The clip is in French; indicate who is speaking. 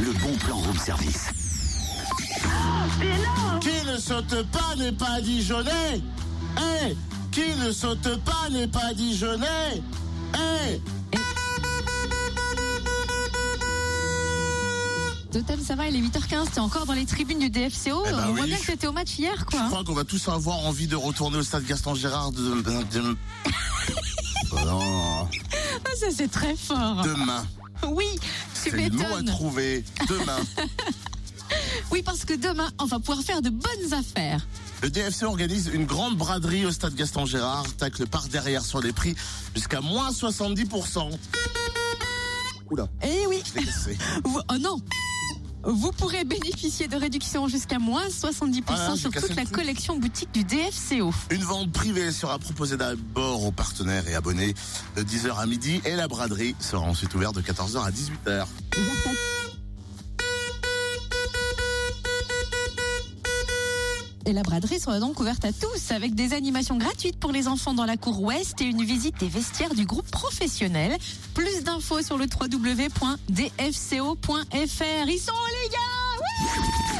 Speaker 1: le bon plan room service.
Speaker 2: Qui ne saute pas n'est pas Dijonais Eh Qui ne saute pas n'est pas Dijonais Eh
Speaker 3: Totem, ça va, il est 8h15, t'es encore dans les tribunes du DFCO.
Speaker 2: Eh ben
Speaker 3: On voit
Speaker 2: oui.
Speaker 3: bien que t'étais au match hier,
Speaker 2: Hein Je
Speaker 3: quoi.
Speaker 2: crois qu'on va tous avoir envie de retourner au stade Gaston Gérard de- de- de- Oh,
Speaker 3: Ah, ça, c'est très fort.
Speaker 2: demain.
Speaker 3: Oui,
Speaker 2: C'est
Speaker 3: tu
Speaker 2: le mot à
Speaker 3: m'étonnes.
Speaker 2: trouver. Demain.
Speaker 3: Oui, parce que demain, on va pouvoir faire de bonnes affaires.
Speaker 2: Le DFC organise une grande braderie au stade Gaston Gérard, tacle par derrière sur les prix jusqu'à moins 70%. Oula,
Speaker 3: Eh oui,
Speaker 2: je l'ai cassé.
Speaker 3: vous- oh non vous pourrez bénéficier de réductions jusqu'à moins 70%
Speaker 2: Ah, j'ai
Speaker 3: sur
Speaker 2: cassé
Speaker 3: toute
Speaker 2: le
Speaker 3: la
Speaker 2: truc.
Speaker 3: collection boutique du DFCO.
Speaker 2: Une vente privée sera proposée d'abord aux partenaires et abonnés de 10h à midi et la braderie sera ensuite ouverte de 14h à 18h.
Speaker 3: Et la braderie sera donc ouverte à tous, avec des animations gratuites pour les enfants dans la cour ouest et une visite des vestiaires du groupe professionnel. Plus d'infos sur le www.dfco.fr. Ils sont les gars